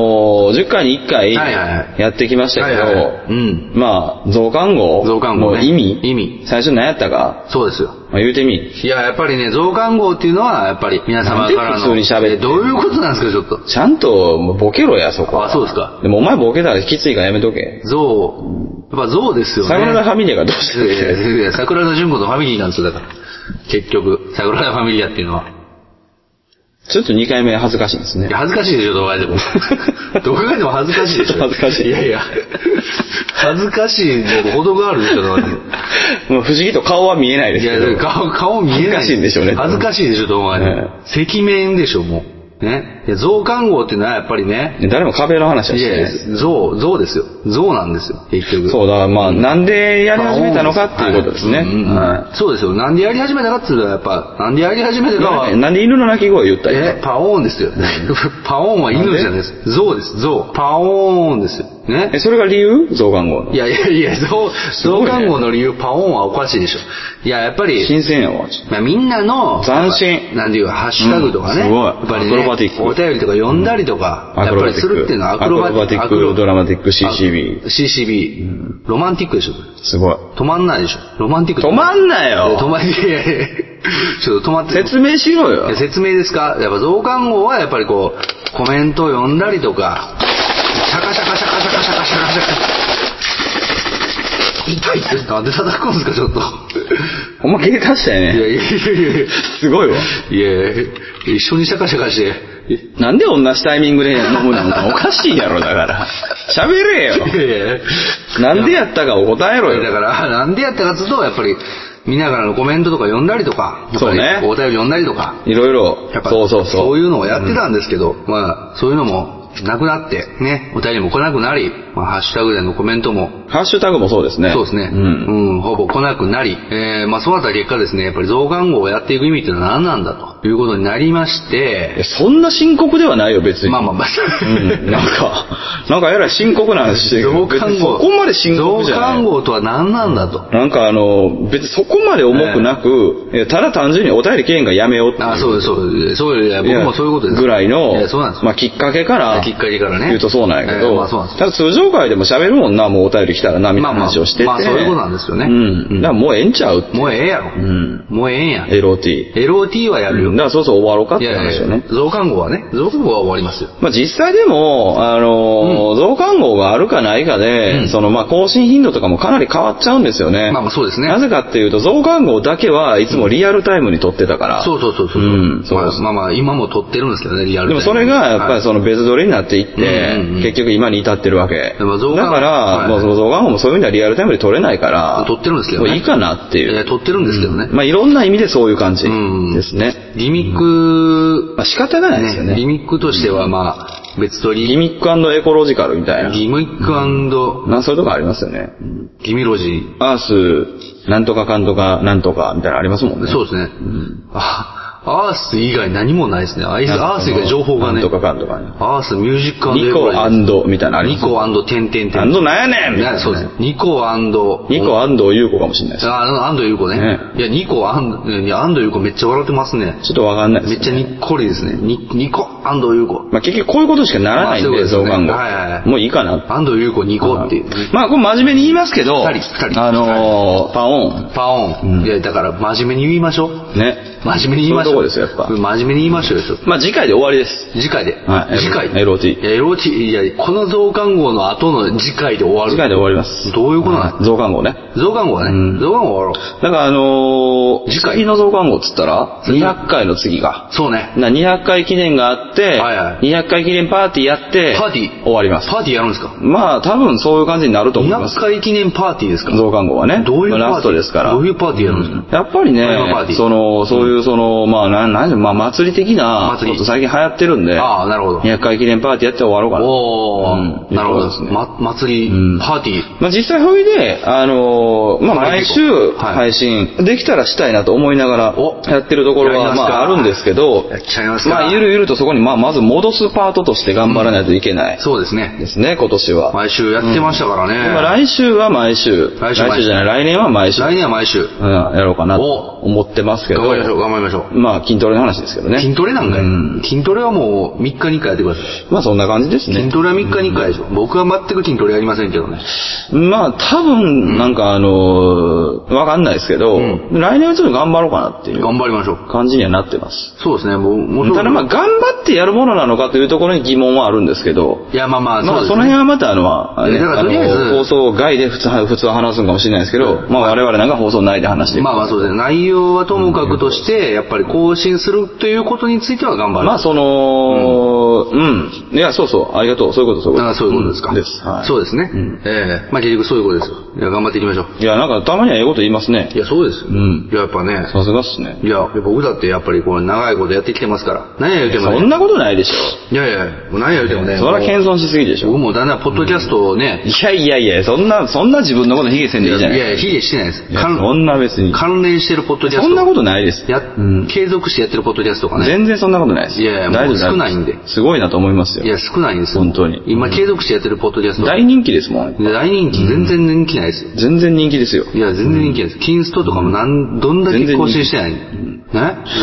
Speaker 2: ー、10回に1回
Speaker 1: はいはいは
Speaker 2: やってきましたけど、
Speaker 1: はいはいはいうん
Speaker 2: まあ、増刊号。
Speaker 1: 増刊号ね
Speaker 2: もう意味
Speaker 1: 意味
Speaker 2: 最初何やったか、
Speaker 1: そうですよ。
Speaker 2: まあ、言うてみ。
Speaker 1: いや、やっぱりね、増刊号っていうのは、やっぱり皆様からの。
Speaker 2: なんで普通に喋って
Speaker 1: どういうことなんですか、ちょっと。
Speaker 2: ちゃんと、もうボケろや、そこは。
Speaker 1: あ、そうですか。
Speaker 2: でもお前ボケたらきついからやめとけ。
Speaker 1: 増、やっぱ増ですよね。
Speaker 2: 桜田ファミリアがどうして
Speaker 1: いやいや
Speaker 2: る
Speaker 1: い や桜田淳子のファミリーなんですよ、だから。結局、桜田ファミリアっていうのは。
Speaker 2: ちょっと2回目恥ずかしいですね
Speaker 1: い。や、恥ずかしいでしょ、動画 でも。動画でも恥ずかしいでしょ。
Speaker 2: 恥ずかしい
Speaker 1: いやいや。恥ずかしいに程があるでしょ、動画でも。
Speaker 2: もう不思議と顔は見え ないで
Speaker 1: い
Speaker 2: すけ
Speaker 1: や
Speaker 2: ど。、
Speaker 1: 顔、顔見えない。
Speaker 2: 恥ずかしいんでしょうね
Speaker 1: 恥ずかしいでしょ、動画でも
Speaker 2: ね。
Speaker 1: 赤面でしょ、もう。ね。いや、増刊号っていうのはやっぱりね、
Speaker 2: ね誰も壁の話はいしてない
Speaker 1: や
Speaker 2: で
Speaker 1: い
Speaker 2: す。
Speaker 1: や、増、増ですよ。増なんですよ、結局。
Speaker 2: そうだから、まあ、なんでやり始めたのかっていうことですね。
Speaker 1: はいうんうん
Speaker 2: は
Speaker 1: そうですよ。なんでやり始めたかっていうのは、やっぱ、なんでやり始めた
Speaker 2: い
Speaker 1: かは
Speaker 2: な、なんで犬の鳴き声言ったり
Speaker 1: え、パオーンですよ。 パオーンは犬じゃないです。象です、象。パオーンですよ。ね
Speaker 2: え、。それが理由増刊号の
Speaker 1: い。やいやいや、象、
Speaker 2: ごい
Speaker 1: 象
Speaker 2: ね
Speaker 1: 看護の理由、パオーンはおかしいでしょ。いや、やっぱり、
Speaker 2: 新鮮やわ。ちょっ
Speaker 1: まあ、みんなの、
Speaker 2: 斬新
Speaker 1: なんていうか、ハッシュタグとかね。
Speaker 2: うんすごい
Speaker 1: やっぱり
Speaker 2: アクロバティッ
Speaker 1: ね、
Speaker 2: ク
Speaker 1: お便りとか読んだりとか、
Speaker 2: うん
Speaker 1: やっぱりするっていうのはア
Speaker 2: ア
Speaker 1: ク
Speaker 2: ク
Speaker 1: ロ
Speaker 2: ロ
Speaker 1: バ
Speaker 2: バティック
Speaker 1: アクロ
Speaker 2: ドラマティック CCB
Speaker 1: あ CCB。ロマンティックでしょ、これ
Speaker 2: とすごい。
Speaker 1: 止まんないでしょ。ロマンティック
Speaker 2: 止まんない
Speaker 1: いや止
Speaker 2: よ
Speaker 1: まん、いやいやいやちょっと止まって。
Speaker 2: 説明しろ
Speaker 1: いや
Speaker 2: よ
Speaker 1: 説明ですかやっぱ増刊号はやっぱりこう、コメントを読んだりとか、シャカシャカシャカシャカシャカシャカシャカ。痛いって、なんで叩くんですか、ちょっと。
Speaker 2: ほんま芸出したよ
Speaker 1: いや
Speaker 2: ね。
Speaker 1: いやいやいやい
Speaker 2: すごいわ。
Speaker 1: や。いや一緒にシャカシャカして。い
Speaker 2: なんで同じタイミングで飲むなんかおかしいやろ、だ から。喋れ
Speaker 1: や
Speaker 2: よ。
Speaker 1: いやい
Speaker 2: なんでやったかお答えろ
Speaker 1: や。だ
Speaker 2: よ。
Speaker 1: から、なんでやったかっていうと、やっぱり、見ながらのコメントとか読んだりとか、
Speaker 2: そうね
Speaker 1: やっぱりお便り読んだりとか、
Speaker 2: いろいろ
Speaker 1: やっ。ぱ
Speaker 2: そうそうそう。
Speaker 1: いうのをやってたんですけど、まあ、そういうのもなくなって、ね、お便りも来なくなり、まあ、ハッシュタグでのコメントも、
Speaker 2: ハッシュタグもそうですね。
Speaker 1: そうですね、
Speaker 2: うん。
Speaker 1: ほぼ来なくなり、えー、まあ、そうなった結果ですね、やっぱり増刊号をやっていく意味っていうのは何なんだと。いうことになりまし
Speaker 2: いや
Speaker 1: て、
Speaker 2: そんな深刻ではないよ、別に。
Speaker 1: まあまあまあ、
Speaker 2: うん、なんか、なんかえらい深刻な話してる けど
Speaker 1: 増刊
Speaker 2: 別に
Speaker 1: 号。
Speaker 2: そこまで深刻じゃない。
Speaker 1: 増刊号とは何なんだと。
Speaker 2: なんかあの、別にそこまで重くなく、いやただ単純にお便り券がやめようっていう。
Speaker 1: あ、そうです、そうです。そうです。僕もそういうことです。
Speaker 2: ぐらい
Speaker 1: い
Speaker 2: の、
Speaker 1: や、そうなんです。
Speaker 2: まあきっかけから、
Speaker 1: きっかけからね。
Speaker 2: 言うとそうなんやけ
Speaker 1: え
Speaker 2: ど、
Speaker 1: ーまあそうなんです
Speaker 2: ただ通常会でも喋るもんな、もうお便り来たらな、みたいな話をしてて。
Speaker 1: まあまあまあそういうことなんですよね
Speaker 2: うん。
Speaker 1: うん
Speaker 2: だからもうええんちゃうって。
Speaker 1: もうええやろ。
Speaker 2: ん
Speaker 1: もうええんや。
Speaker 2: LOT。
Speaker 1: LOT はやるよ。
Speaker 2: だからそうそう終わろうかっ
Speaker 1: い
Speaker 2: て
Speaker 1: やい
Speaker 2: 話よね。
Speaker 1: や、増刊号はね。増刊号は終わりますよ。
Speaker 2: まあ、実際でも、あのー増刊号があるかないかで、
Speaker 1: うん
Speaker 2: その、まあ、更新頻度とかもかなり変わっちゃうんですよね。
Speaker 1: まあまあそうですね
Speaker 2: なぜかっていうと、増刊号だけはいつもリアルタイムに撮ってたから。
Speaker 1: そうそうそうそう。
Speaker 2: うんそう
Speaker 1: ま
Speaker 2: で
Speaker 1: あ
Speaker 2: す
Speaker 1: まあまあ、今も撮ってるんですけどね、リアル
Speaker 2: でもそれが、やっぱり
Speaker 1: そ
Speaker 2: その別撮りになっていって、
Speaker 1: うんうんうん
Speaker 2: 結局今に至ってるわけ。
Speaker 1: でも増刊
Speaker 2: だから、
Speaker 1: はい
Speaker 2: もうその増刊号もそういう意味ではリアルタイムで撮れないから、
Speaker 1: 撮ってるんですけどね
Speaker 2: もういいかなっていう。
Speaker 1: いや撮ってるんですけどね
Speaker 2: うまあ、いろんな意味でそういう感じ
Speaker 1: うん
Speaker 2: ですね。
Speaker 1: ギミック、
Speaker 2: まあ、仕方がないですよね。
Speaker 1: ギミックとしてはまあ、別撮り、
Speaker 2: ギミックエコロジカルみたいな。
Speaker 1: ギミック
Speaker 2: なそういうとこありますよね。
Speaker 1: ギミロジー。
Speaker 2: アース、なんとかかんとか、なんとか、みたいなのありますもんね。
Speaker 1: そうですね。あ、アース以外何もないですね。アイスアース以外情報がね
Speaker 2: なん。とかかんとかね。
Speaker 1: アースミュージック
Speaker 2: ニコアンド、みたいなのあり
Speaker 1: ニ
Speaker 2: ますもん
Speaker 1: コ点点
Speaker 2: アン
Speaker 1: 点。
Speaker 2: ドなんやねんみたいなね
Speaker 1: そうです。ニコ
Speaker 2: ニコアンドユウコかもしれないです。
Speaker 1: あ、あの、安藤優子ね。
Speaker 2: ね
Speaker 1: いや、ニコ、安藤、いや安藤優子めっちゃ笑ってますね。
Speaker 2: ちょっとわかんないです
Speaker 1: め
Speaker 2: ね。
Speaker 1: っちゃにっこりですね。に、ニコ、安藤優子。
Speaker 2: まあ結局こういうことしかならないん
Speaker 1: まあ
Speaker 2: で、
Speaker 1: そう
Speaker 2: 増
Speaker 1: ですね
Speaker 2: 刊号
Speaker 1: はいはいは。い
Speaker 2: もういいかな。
Speaker 1: 安藤優子、ニコっていう。
Speaker 2: まあこれ真面目に言いますけど、
Speaker 1: 二人二人
Speaker 2: あのー、パオン、
Speaker 1: パオン。
Speaker 2: うん
Speaker 1: いや、だから、真面目に言いましょう。
Speaker 2: ね。
Speaker 1: 真面目に言いましょう。
Speaker 2: そういうとこですよやっぱ
Speaker 1: 真面目に言いましょうよ。
Speaker 2: まあ次回で終わりです。
Speaker 1: 次回で。
Speaker 2: はい
Speaker 1: 次回。
Speaker 2: LOT
Speaker 1: いや、LOT、いや、この増刊号の後の次回で終わる。
Speaker 2: 次回で終わります。
Speaker 1: どういうことなの
Speaker 2: はい増刊号ね。
Speaker 1: 増刊号は
Speaker 2: うん
Speaker 1: ね。増刊号終わろう。
Speaker 2: だからあのー、次回の増刊号っつったら、
Speaker 1: 次
Speaker 2: 200回の次が。
Speaker 1: そうね。
Speaker 2: な200回記念があって、
Speaker 1: はいは
Speaker 2: 200回記念パーティーやって、
Speaker 1: パーティー
Speaker 2: 終わります。
Speaker 1: パーティーやるんですか
Speaker 2: まあ、多分そういう感じになると思います
Speaker 1: ?200。回記念パーティーですか
Speaker 2: 増刊号はね。
Speaker 1: どういうパーティー
Speaker 2: ラストですから。
Speaker 1: どういうパーティーやるんですか
Speaker 2: やっぱりね
Speaker 1: テーマパーティ、ー
Speaker 2: その、そういう、その、まあ、なん、なん、まあ、祭り的な、
Speaker 1: 祭り
Speaker 2: こと最近流行ってるんで、
Speaker 1: ああ、なるほど。
Speaker 2: 200回記念パーティーやって終わろうかな。
Speaker 1: おー、
Speaker 2: うん
Speaker 1: なるほど
Speaker 2: そうですね
Speaker 1: ま、祭り、
Speaker 2: うん
Speaker 1: パーティー。
Speaker 2: まあ、実際、ほいで、あのーまあ、
Speaker 1: パー
Speaker 2: 毎
Speaker 1: ティー
Speaker 2: 週
Speaker 1: 行こうはい
Speaker 2: 配信できたらしたいなと思いなが
Speaker 1: お
Speaker 2: ら、やってるところ
Speaker 1: やりま
Speaker 2: は、
Speaker 1: す
Speaker 2: ま
Speaker 1: か
Speaker 2: あ、あるんですけど、
Speaker 1: やっちゃいますか。
Speaker 2: まあ、ゆるゆるとそこに、まあ、まず戻すパートとして頑張らないといけない。
Speaker 1: そうですね。
Speaker 2: ですね、今年は。
Speaker 1: 毎週やってましたからね。
Speaker 2: 今来週は毎週。
Speaker 1: 来週毎週
Speaker 2: じゃない、来年は毎週。
Speaker 1: 来年は毎週。
Speaker 2: うん、やろうかなと
Speaker 1: お
Speaker 2: 思ってますけど。
Speaker 1: 頑張りましょう、頑張りましょう。
Speaker 2: まあ、筋トレの話ですけどね。
Speaker 1: 筋トレなんか
Speaker 2: う
Speaker 1: よ
Speaker 2: ん。
Speaker 1: 筋トレはもう3日に1回やってください。
Speaker 2: まあ、そんな感じですね
Speaker 1: 筋。トレは3日に1回でしょ。僕は全く筋トレやりませんけどね。
Speaker 2: まあ、多分、なんかあのーわかんないですけど、
Speaker 1: うん
Speaker 2: 来年はちょっと頑張ろうかなっていう
Speaker 1: 頑張りましょう。
Speaker 2: 感じにはなってます。
Speaker 1: そうですね、もう、も
Speaker 2: ただまあ、
Speaker 1: あ、
Speaker 2: 頑張ってやるものなのかというところに疑問はあるんですけど、
Speaker 1: いや、まあまあ、
Speaker 2: まあ、
Speaker 1: そ
Speaker 2: そうの
Speaker 1: です
Speaker 2: 辺
Speaker 1: ね。
Speaker 2: はまたあの、あ
Speaker 1: い
Speaker 2: れ
Speaker 1: やだから
Speaker 2: あの
Speaker 1: とりあえず
Speaker 2: 放送外で普通は、普通は話すのかもしれないですけど、まあ我々なんか放送内で話していく
Speaker 1: まあまあそうですね。内容はともかくとして、やっぱり更新するということについては頑張る。
Speaker 2: まあ、その、うん、いや、そうそう、ありがとう。そういうこと、そういうこと。
Speaker 1: ああそういうことですか。
Speaker 2: んです。はい。
Speaker 1: そうですね。
Speaker 2: うん
Speaker 1: ええまあ結局そういうことですよ。いや、頑張っていきましょう。
Speaker 2: いや、なんか、たまにはええこと言いますね
Speaker 1: い。や、そうですよ。
Speaker 2: うん
Speaker 1: いや、やっぱね。
Speaker 2: さすがっすね。
Speaker 1: いや、僕だってやっぱりこう長いことやってきてますから。何や言うてもね。
Speaker 2: そんなことないでしょ。
Speaker 1: いやいや、もう何や言うてもね。
Speaker 2: そら謙遜しすぎでし
Speaker 1: 僕
Speaker 2: ょ。
Speaker 1: もだんだんポッドキャストをね、
Speaker 2: いやいやいや、そんな、そんな自分のこと卑下せん
Speaker 1: い
Speaker 2: でいいじ
Speaker 1: や
Speaker 2: ゃないい
Speaker 1: や、卑下してないです。
Speaker 2: いや
Speaker 1: 関
Speaker 2: そんな別に。
Speaker 1: 関連してるポッドキャスト。
Speaker 2: そんなことないです。
Speaker 1: や
Speaker 2: うん、
Speaker 1: 継続してやってるポッドキャストがね。
Speaker 2: 全然そんなことないです。
Speaker 1: いやいや
Speaker 2: 大丈
Speaker 1: もう
Speaker 2: 夫
Speaker 1: 少ないんで
Speaker 2: ですごいなと思います
Speaker 1: い
Speaker 2: よ。
Speaker 1: や、少ないんですよ
Speaker 2: 本当に
Speaker 1: 今継続してやってるポッドキャスト。
Speaker 2: 大人気ですもん。
Speaker 1: で大人気、全然人気ないですよ。
Speaker 2: 全然人気ですよ。
Speaker 1: いや、全然人気ないです。キンストとかもなん、どんだけ更新してないね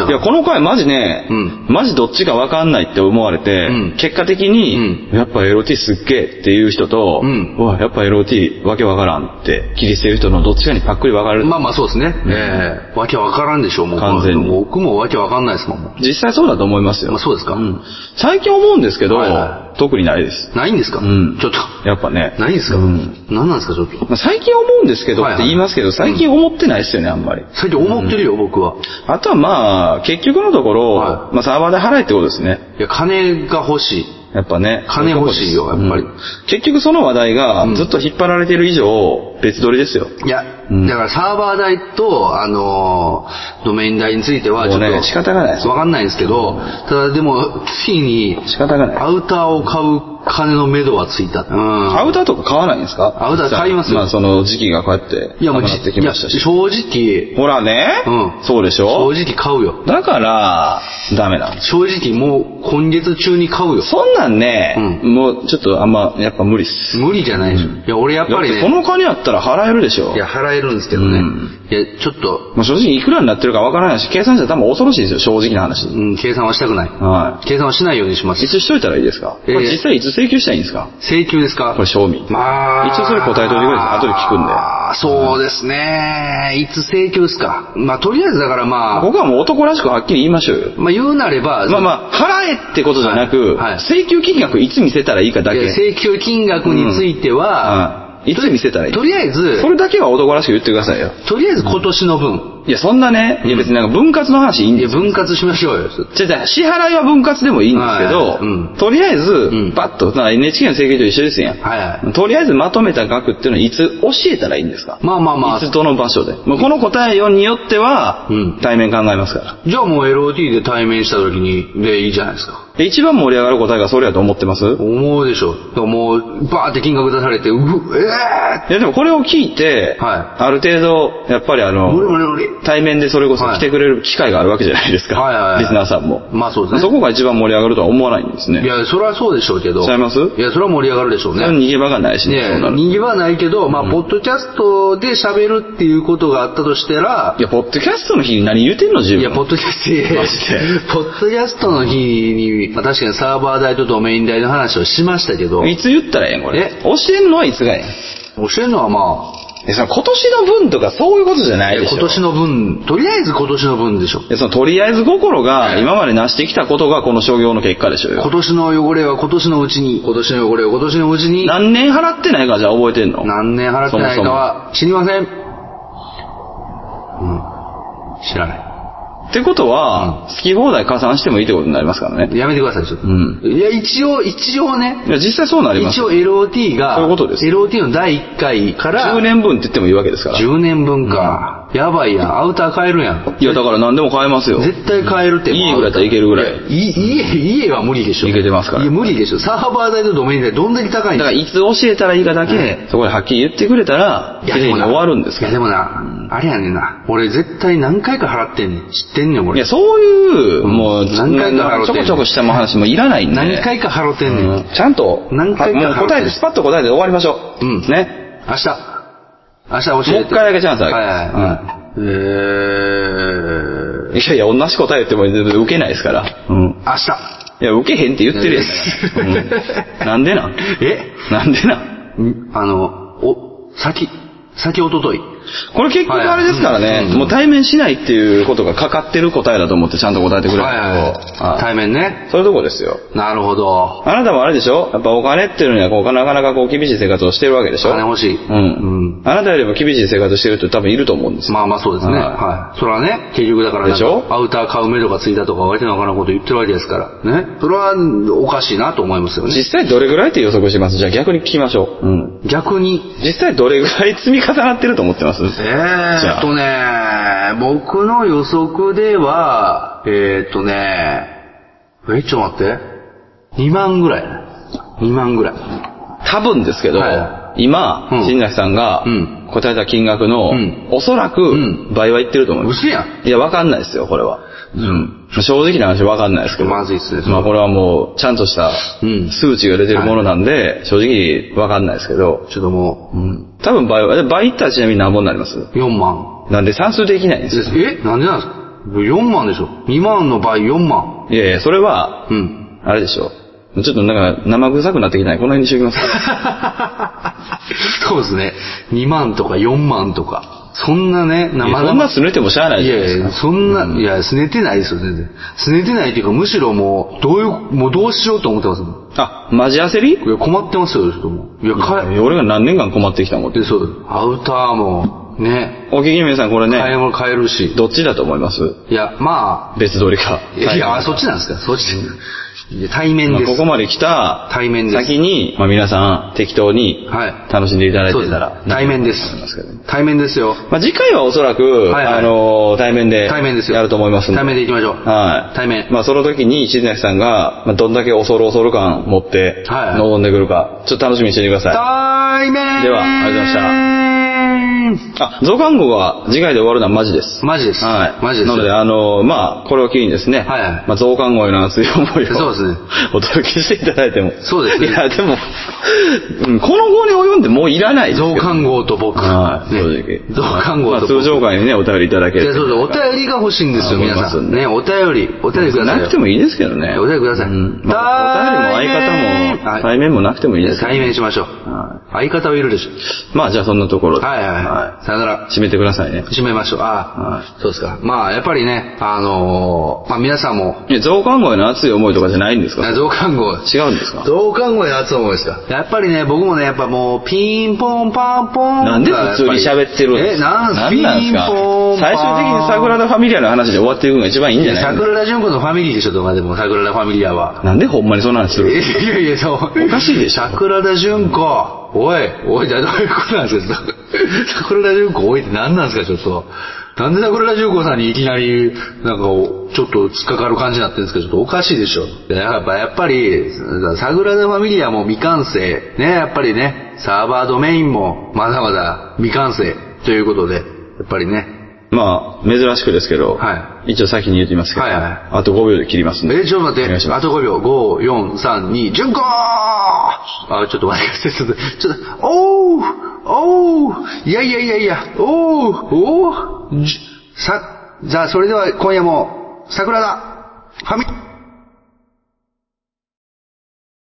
Speaker 2: いや、この回マジね、
Speaker 1: うん
Speaker 2: マジどっちかわかんないって思われて、
Speaker 1: うん
Speaker 2: 結果的に、やっぱ LT すっげえっていう人と、
Speaker 1: うん
Speaker 2: わ、やっぱ LT わけわからんって切り捨てる人のどっちかにパックリ分かれる。
Speaker 1: まあまあそうですね。ええわけわからんでしょう、もう。
Speaker 2: 完全に
Speaker 1: 僕もわけわかんないですもん。もう
Speaker 2: 実際そうだと思いますよ。
Speaker 1: まあそうですか。
Speaker 2: うん最近思うんですけど、
Speaker 1: はいは
Speaker 2: 特にないです。
Speaker 1: ないんですか
Speaker 2: うん
Speaker 1: ちょっと。
Speaker 2: やっぱね。
Speaker 1: ないんですか
Speaker 2: うん
Speaker 1: 何なんですか、ちょっと。
Speaker 2: まあ最近思うんですけどって言いますけど、
Speaker 1: はいはい
Speaker 2: 最近思ってないですよね、あんまり。
Speaker 1: 最近思ってるよ、僕は。
Speaker 2: あとはまあ、結局のところ、
Speaker 1: は
Speaker 2: まあサーバーで払えってことですね。
Speaker 1: いや、金が欲しい。
Speaker 2: やっぱね。
Speaker 1: 金欲しいよ
Speaker 2: そううとこです
Speaker 1: やっぱり
Speaker 2: 結局その話題が
Speaker 1: うん
Speaker 2: ずっと引っ張られてる以上、別撮りですよ。
Speaker 1: いや、
Speaker 2: うん
Speaker 1: だからサーバー代と、あのードメイン代については、ちょ
Speaker 2: もう
Speaker 1: っと、
Speaker 2: ね仕方がないです
Speaker 1: わかんないんですけど、ただでも、月に、
Speaker 2: 仕方がない。
Speaker 1: アウターを買う金の目処はついた。うん。
Speaker 2: アウターとか買わないんですか
Speaker 1: アウター買いますよ
Speaker 2: まあその時期がこうやって、
Speaker 1: いや、もう
Speaker 2: なくなってき
Speaker 1: いや
Speaker 2: ましたし。
Speaker 1: 正直、
Speaker 2: ほらね、
Speaker 1: うん
Speaker 2: そうでし
Speaker 1: 正
Speaker 2: ょ
Speaker 1: 直買うよ。
Speaker 2: だから、ダメなんです。
Speaker 1: 正直もう今月中に買うよ。
Speaker 2: そんなんね、
Speaker 1: う
Speaker 2: もうちょっとあんま、やっぱ無理っす。
Speaker 1: 無理じゃないでしょ。
Speaker 2: うん
Speaker 1: いや、俺やっぱり
Speaker 2: だてこ
Speaker 1: ね、
Speaker 2: の金やったら払えるでしょ
Speaker 1: いや、払えるんですけどね。
Speaker 2: うん
Speaker 1: いや、ちょっと、
Speaker 2: まあ正直いくらになってるかわからないし、計算したら多分恐ろしいですよ、正直な話。
Speaker 1: うん、計算はしたくない。
Speaker 2: は
Speaker 1: 計算はしないようにします
Speaker 2: い。い。つしといたらいいですか、
Speaker 1: ええ
Speaker 2: これ実際いつ請求したらいいんですか
Speaker 1: 請求ですか
Speaker 2: これ、賞味。
Speaker 1: まあ。
Speaker 2: 一応それ答えといてくれるんです後で聞くんで
Speaker 1: あーそうですね。いつ請求ですか。まあ、とりあえずだからまあ、
Speaker 2: 僕はもう男らしくはっきり言いましょうよ。
Speaker 1: まあ言うなれば、
Speaker 2: まあまあ、払えってことじゃなく、
Speaker 1: はいはい
Speaker 2: 請求金額いつ見せたらいいかだけ。
Speaker 1: いや請求金額については、
Speaker 2: うんいつ見せたらいい
Speaker 1: とりあえず
Speaker 2: そ、れだけは男らしく言ってくださいよ。
Speaker 1: とりあえず今年の分、
Speaker 2: いや、そんなね、いや別になんか分割の話いいん
Speaker 1: い
Speaker 2: で
Speaker 1: や、
Speaker 2: すよ。
Speaker 1: 分割しましょうよ。
Speaker 2: じゃじゃ支払いは分割でもいいんですけど、
Speaker 1: はいうん
Speaker 2: とりあえず、
Speaker 1: ん
Speaker 2: バッと、まあ NHK の請求と一緒ですやん。
Speaker 1: はいはい。
Speaker 2: とりあえずまとめた額っていうのはいつ教えたらいいんですか、
Speaker 1: まあまあまあ
Speaker 2: いつ、どの場所で。まあ、この答えによっては、
Speaker 1: うん
Speaker 2: 対面考えますから。
Speaker 1: じゃあもう LOT で対面した時に、でいいじゃないですか。
Speaker 2: で一番盛り上がる答えがそれやと思ってます
Speaker 1: 思うでしょ。だからもう、バーって金額出されて、うふ、え
Speaker 2: いやでもこれを聞いて、
Speaker 1: は
Speaker 2: ある程度、やっぱりあ
Speaker 1: ー
Speaker 2: の、
Speaker 1: 無理無理無理。
Speaker 2: 対面でそれこそ
Speaker 1: はい
Speaker 2: 来てくれる機会があるわけじゃないですか。
Speaker 1: はいはいはい
Speaker 2: リスナーさんも。
Speaker 1: まあそうですね。
Speaker 2: そこが一番盛り上がるとは思わないんですね。
Speaker 1: いや、それはそうでしょうけど。
Speaker 2: 違います
Speaker 1: いや、それは盛り上がるでしょう
Speaker 2: それは
Speaker 1: ね。
Speaker 2: 逃げ場がないしね。
Speaker 1: ね
Speaker 2: そうなると
Speaker 1: 逃げ場はないけど、まあ、ポッドキャストで喋るっていうことがあったとしたら
Speaker 2: い、や、ポッドキャストの日に何言うてんの自分。
Speaker 1: いや、ポッドキャストいやいや
Speaker 2: マジで、
Speaker 1: ポッドキャストの日に、まあ、確かにサーバー代とドメイン代の話をしましたけど、
Speaker 2: いつ言ったらええんこれ。
Speaker 1: え
Speaker 2: 教えんのはいつがえ
Speaker 1: 教えるのはま
Speaker 2: えん。え、その今年の分とかそういうことじゃな
Speaker 1: あ、
Speaker 2: いでしょ。
Speaker 1: 今年の分、とりあえず今年の分でしょ。
Speaker 2: えそのとりあえず心が今まで成してきたことがこの商業の結果でしょう
Speaker 1: 今
Speaker 2: よ。
Speaker 1: 年の汚れは今年のうちに、今年の汚れは今年のうちに、
Speaker 2: 何年払ってないかじゃあ覚えてんの
Speaker 1: 何年払ってないかは知りません。うん。知らない。
Speaker 2: ってことは、好き放題加算してもいいってことになりますからね。
Speaker 1: やめてください、ちょっと。
Speaker 2: うん
Speaker 1: いや、一応、一応ね、
Speaker 2: いや、実際そうなります
Speaker 1: 一。応 LOT が、
Speaker 2: そういうことです
Speaker 1: LOT の第1回から、
Speaker 2: 10年分って言ってもいいわけですから。
Speaker 1: 10年分か。やばいやん。アウター買えるやん。
Speaker 2: いや、だから何でも買えますよ。い
Speaker 1: 絶対買えるって。
Speaker 2: いぐらいだったらいけるぐらい。
Speaker 1: い家、家は無理でしょ。
Speaker 2: いけてますから
Speaker 1: いや、無理でしょ。サーバー代とドメイン代どんだけ高いん
Speaker 2: だから、いつ教えたらいいかだけ、そこではっきり言ってくれたら、
Speaker 1: い
Speaker 2: 綺
Speaker 1: や、で
Speaker 2: 麗
Speaker 1: も
Speaker 2: に
Speaker 1: な
Speaker 2: 終わるんです
Speaker 1: いや、
Speaker 2: から。
Speaker 1: でもな、あれやねんな。俺絶対何回か払ってんねん。知ってんねん、
Speaker 2: いや、
Speaker 1: 俺。
Speaker 2: そういう、
Speaker 1: うん
Speaker 2: もう、
Speaker 1: 何回か払う
Speaker 2: ち
Speaker 1: て
Speaker 2: ょ
Speaker 1: んね
Speaker 2: こちょこしたも話もいらないんで。
Speaker 1: 何回か払ってんねん。
Speaker 2: うんちゃんと、
Speaker 1: 何回か
Speaker 2: はもう答え
Speaker 1: 払う
Speaker 2: て、スパッと答えて終わりましょう。
Speaker 1: うん
Speaker 2: ね。
Speaker 1: 明日。明日教えて。
Speaker 2: もう一回だけチャンスあ
Speaker 1: はい
Speaker 2: げ
Speaker 1: は
Speaker 2: ま
Speaker 1: い
Speaker 2: す
Speaker 1: はい。えー、
Speaker 2: いやいや、同じ答え言っても全然受けないですから。うん。
Speaker 1: 明日。
Speaker 2: いや、受けへんって 言ってるやん。うんなんでなん
Speaker 1: え
Speaker 2: なんでなん
Speaker 1: んあの、お、先、先おととい。
Speaker 2: これ結局あれですから
Speaker 1: はいはい
Speaker 2: ね
Speaker 1: う、ん
Speaker 2: もう対面しないっていうことがかかってる答えだと思ってちゃんと答えてくれる
Speaker 1: はいはい。対面ね。
Speaker 2: そういうとこですよ。
Speaker 1: なるほど。
Speaker 2: あなたもあれでしょやっぱお金っていうのにはこう、なかなかこう厳しい生活をしてるわけでしょ
Speaker 1: 金欲しい。
Speaker 2: うん。あなたよりも厳しい生活してる人多分いると思うんですよ。
Speaker 1: まあまあそうですね。
Speaker 2: はい
Speaker 1: はい。それはね、結局だからなん
Speaker 2: でしょ
Speaker 1: か、アウター買う目処がついたとか、わけのわからんこと言ってるわけですから。ね。それは、おかしいなと思いますよね。
Speaker 2: 実際どれぐらいって予測しますじゃあ逆に聞きましょう。うん。
Speaker 1: 逆に、
Speaker 2: 実際どれぐらい積み重なってると思ってます
Speaker 1: えーっとね、僕の予測では、えーっとね、え、ちょっと待って。2万ぐらい。2万ぐらい。
Speaker 2: 多分ですけど、
Speaker 1: は
Speaker 2: 今、
Speaker 1: うん
Speaker 2: 新崎さんが
Speaker 1: うん
Speaker 2: 答えた金額の、
Speaker 1: うん
Speaker 2: おそらく
Speaker 1: ん
Speaker 2: 倍はいってると思います。
Speaker 1: 薄やん。
Speaker 2: いや、わかんないですよ、これは。うん。正直な話わかんないですけど。
Speaker 1: まずいっすね。
Speaker 2: まあこれはもう、ちゃんとした
Speaker 1: うん
Speaker 2: 数値が出てるものなんで、正直わかんないですけど、
Speaker 1: ちょっとも
Speaker 2: うん。多分倍は、倍いったらちなみに何本になります
Speaker 1: う、4万。
Speaker 2: なんで算数できないんですよ。
Speaker 1: え、なんでなんですか ?4 万でしょ ?2 万の倍4万。
Speaker 2: いやいや、それは、
Speaker 1: うん。
Speaker 2: あれでしょ。ちょっとなんか、生臭くなってきない。この辺にしとき ます。
Speaker 1: そうですね。2万とか4万とか。そんなね、
Speaker 2: いや
Speaker 1: 生
Speaker 2: そんな
Speaker 1: 々
Speaker 2: すねてもしゃあない
Speaker 1: い
Speaker 2: じゃない
Speaker 1: や
Speaker 2: です
Speaker 1: い
Speaker 2: か
Speaker 1: や、。そんな、いや、すねてないですよ、全然。すねてないっていうか、むしろもう、どういう、もうどうしようと思ってますもん。
Speaker 2: あ、マジ焦り
Speaker 1: いや、困ってますよ、ちょっともう。いや、かえ、
Speaker 2: 俺が何年間困ってきたもんって
Speaker 1: で、。そう、アウターも、ね、
Speaker 2: お聞きの皆さん、これ
Speaker 1: 買い
Speaker 2: ね、
Speaker 1: 物買えるし。
Speaker 2: どっちだと思います
Speaker 1: いや、まあ、
Speaker 2: 別撮りか。
Speaker 1: いや、
Speaker 2: はい
Speaker 1: あそっちなんですか、そっち。で対面
Speaker 2: まあ
Speaker 1: です。
Speaker 2: ここまで来た
Speaker 1: 対面です
Speaker 2: 先に、まあ、皆さん適当に
Speaker 1: はい
Speaker 2: 楽しんでいただい
Speaker 1: そう
Speaker 2: て
Speaker 1: です
Speaker 2: たら。
Speaker 1: 対面です
Speaker 2: と思いますけどね。
Speaker 1: 対面ですよ。
Speaker 2: まあ、次回はおそらく、
Speaker 1: はい
Speaker 2: あのー対面で、
Speaker 1: 対面ですよ。
Speaker 2: やると思いますんで。
Speaker 1: 対面で行きましょう。
Speaker 2: はい。
Speaker 1: 対面。
Speaker 2: まあ、その時に、石崎さんが、まあ、どんだけ恐る恐る感持って、
Speaker 1: はい
Speaker 2: 臨んでくるか、ちょっと楽しみにしててくださ
Speaker 1: 対面
Speaker 2: ではありがとうござ
Speaker 1: いまし
Speaker 2: い。あ、増刊号が次回で終わるのはマジです。
Speaker 1: マジです。
Speaker 2: はい。
Speaker 1: マジです。
Speaker 2: なので、あのーまあ、これを機にですね。
Speaker 1: はいはい
Speaker 2: まあ、増刊号のような熱い思いを。
Speaker 1: そうですね。
Speaker 2: お届けしていただいても。
Speaker 1: そうですね
Speaker 2: いや、でも、うんこの号に及んでもういらないですけど
Speaker 1: 増刊号と僕。
Speaker 2: はい、
Speaker 1: ね
Speaker 2: 正直。
Speaker 1: 増刊号
Speaker 2: まあ、
Speaker 1: と
Speaker 2: 通
Speaker 1: 僕。
Speaker 2: 常会にね、お便りいただけ
Speaker 1: い
Speaker 2: る
Speaker 1: や、
Speaker 2: と
Speaker 1: そうそう、お便りが欲しいんですよ、
Speaker 2: あ
Speaker 1: 皆
Speaker 2: 思います
Speaker 1: さん。
Speaker 2: んで
Speaker 1: ね、お便り、お便りくださいよ。
Speaker 2: なくてもいいですけどね。
Speaker 1: お便りください
Speaker 2: うんまあお便りも相方
Speaker 1: はい
Speaker 2: も、対面もなくてもいいですけど
Speaker 1: 対面しましょう。
Speaker 2: は
Speaker 1: 相方はいるでしょ。
Speaker 2: い。まあ、じゃあそんなところで。
Speaker 1: はいはいはい。さよなら。
Speaker 2: 締めてくださいね。
Speaker 1: 閉めましょう。あ
Speaker 2: は
Speaker 1: あ、そうですか。まあ、やっぱりね、あのー、まあ皆さんも、
Speaker 2: いや、増刊号への熱い思いとかじゃないんですか
Speaker 1: 増刊号、
Speaker 2: 違うんですか
Speaker 1: 増刊号やつ思いですかやっぱりね、僕もね、やっぱもう、ピンポンパンポン
Speaker 2: なんで普通に喋ってるんです
Speaker 1: え、なんす
Speaker 2: なんなんですか
Speaker 1: ピンポンパン
Speaker 2: 最終的に桜田ファミリアの話で終わっていくのが一番いいんじゃない
Speaker 1: 桜田淳子のファミリーでしょ、とかでも、桜田ファミリアは。
Speaker 2: なんでほんまにそんな話す
Speaker 1: い
Speaker 2: る
Speaker 1: やいや、そう。
Speaker 2: おかしいでしょ
Speaker 1: 桜田淳子、おい、おい、じゃあどういうことなんですか、桜田淳子、おいって何なんですか、ちょっと。なんで桜田淳子さんにいきなり、なんかお、ちょっと突っかかる感じになってるんですか、ちょっとおかしいでしょ。でやっぱ、やっぱり、桜田ファミリアも未完成。ね、やっぱりね、サーバードメインも、まだまだ未完成。ということで、やっぱりね。
Speaker 2: まあ、珍しくですけど、
Speaker 1: は
Speaker 2: 一応先に言ってみますけど、
Speaker 1: はいはい
Speaker 2: あと5秒で切りますんで。
Speaker 1: え、ちょっと待
Speaker 2: お
Speaker 1: って。
Speaker 2: 願いしま
Speaker 1: あと5秒。5、4、3、2、順子あ、ちょっと待ってください。ちょっ と、ちょっと、おうおういやいやいやいや、おうおうじゅさ、じゃあそれでは今夜も、桜田、ファミ、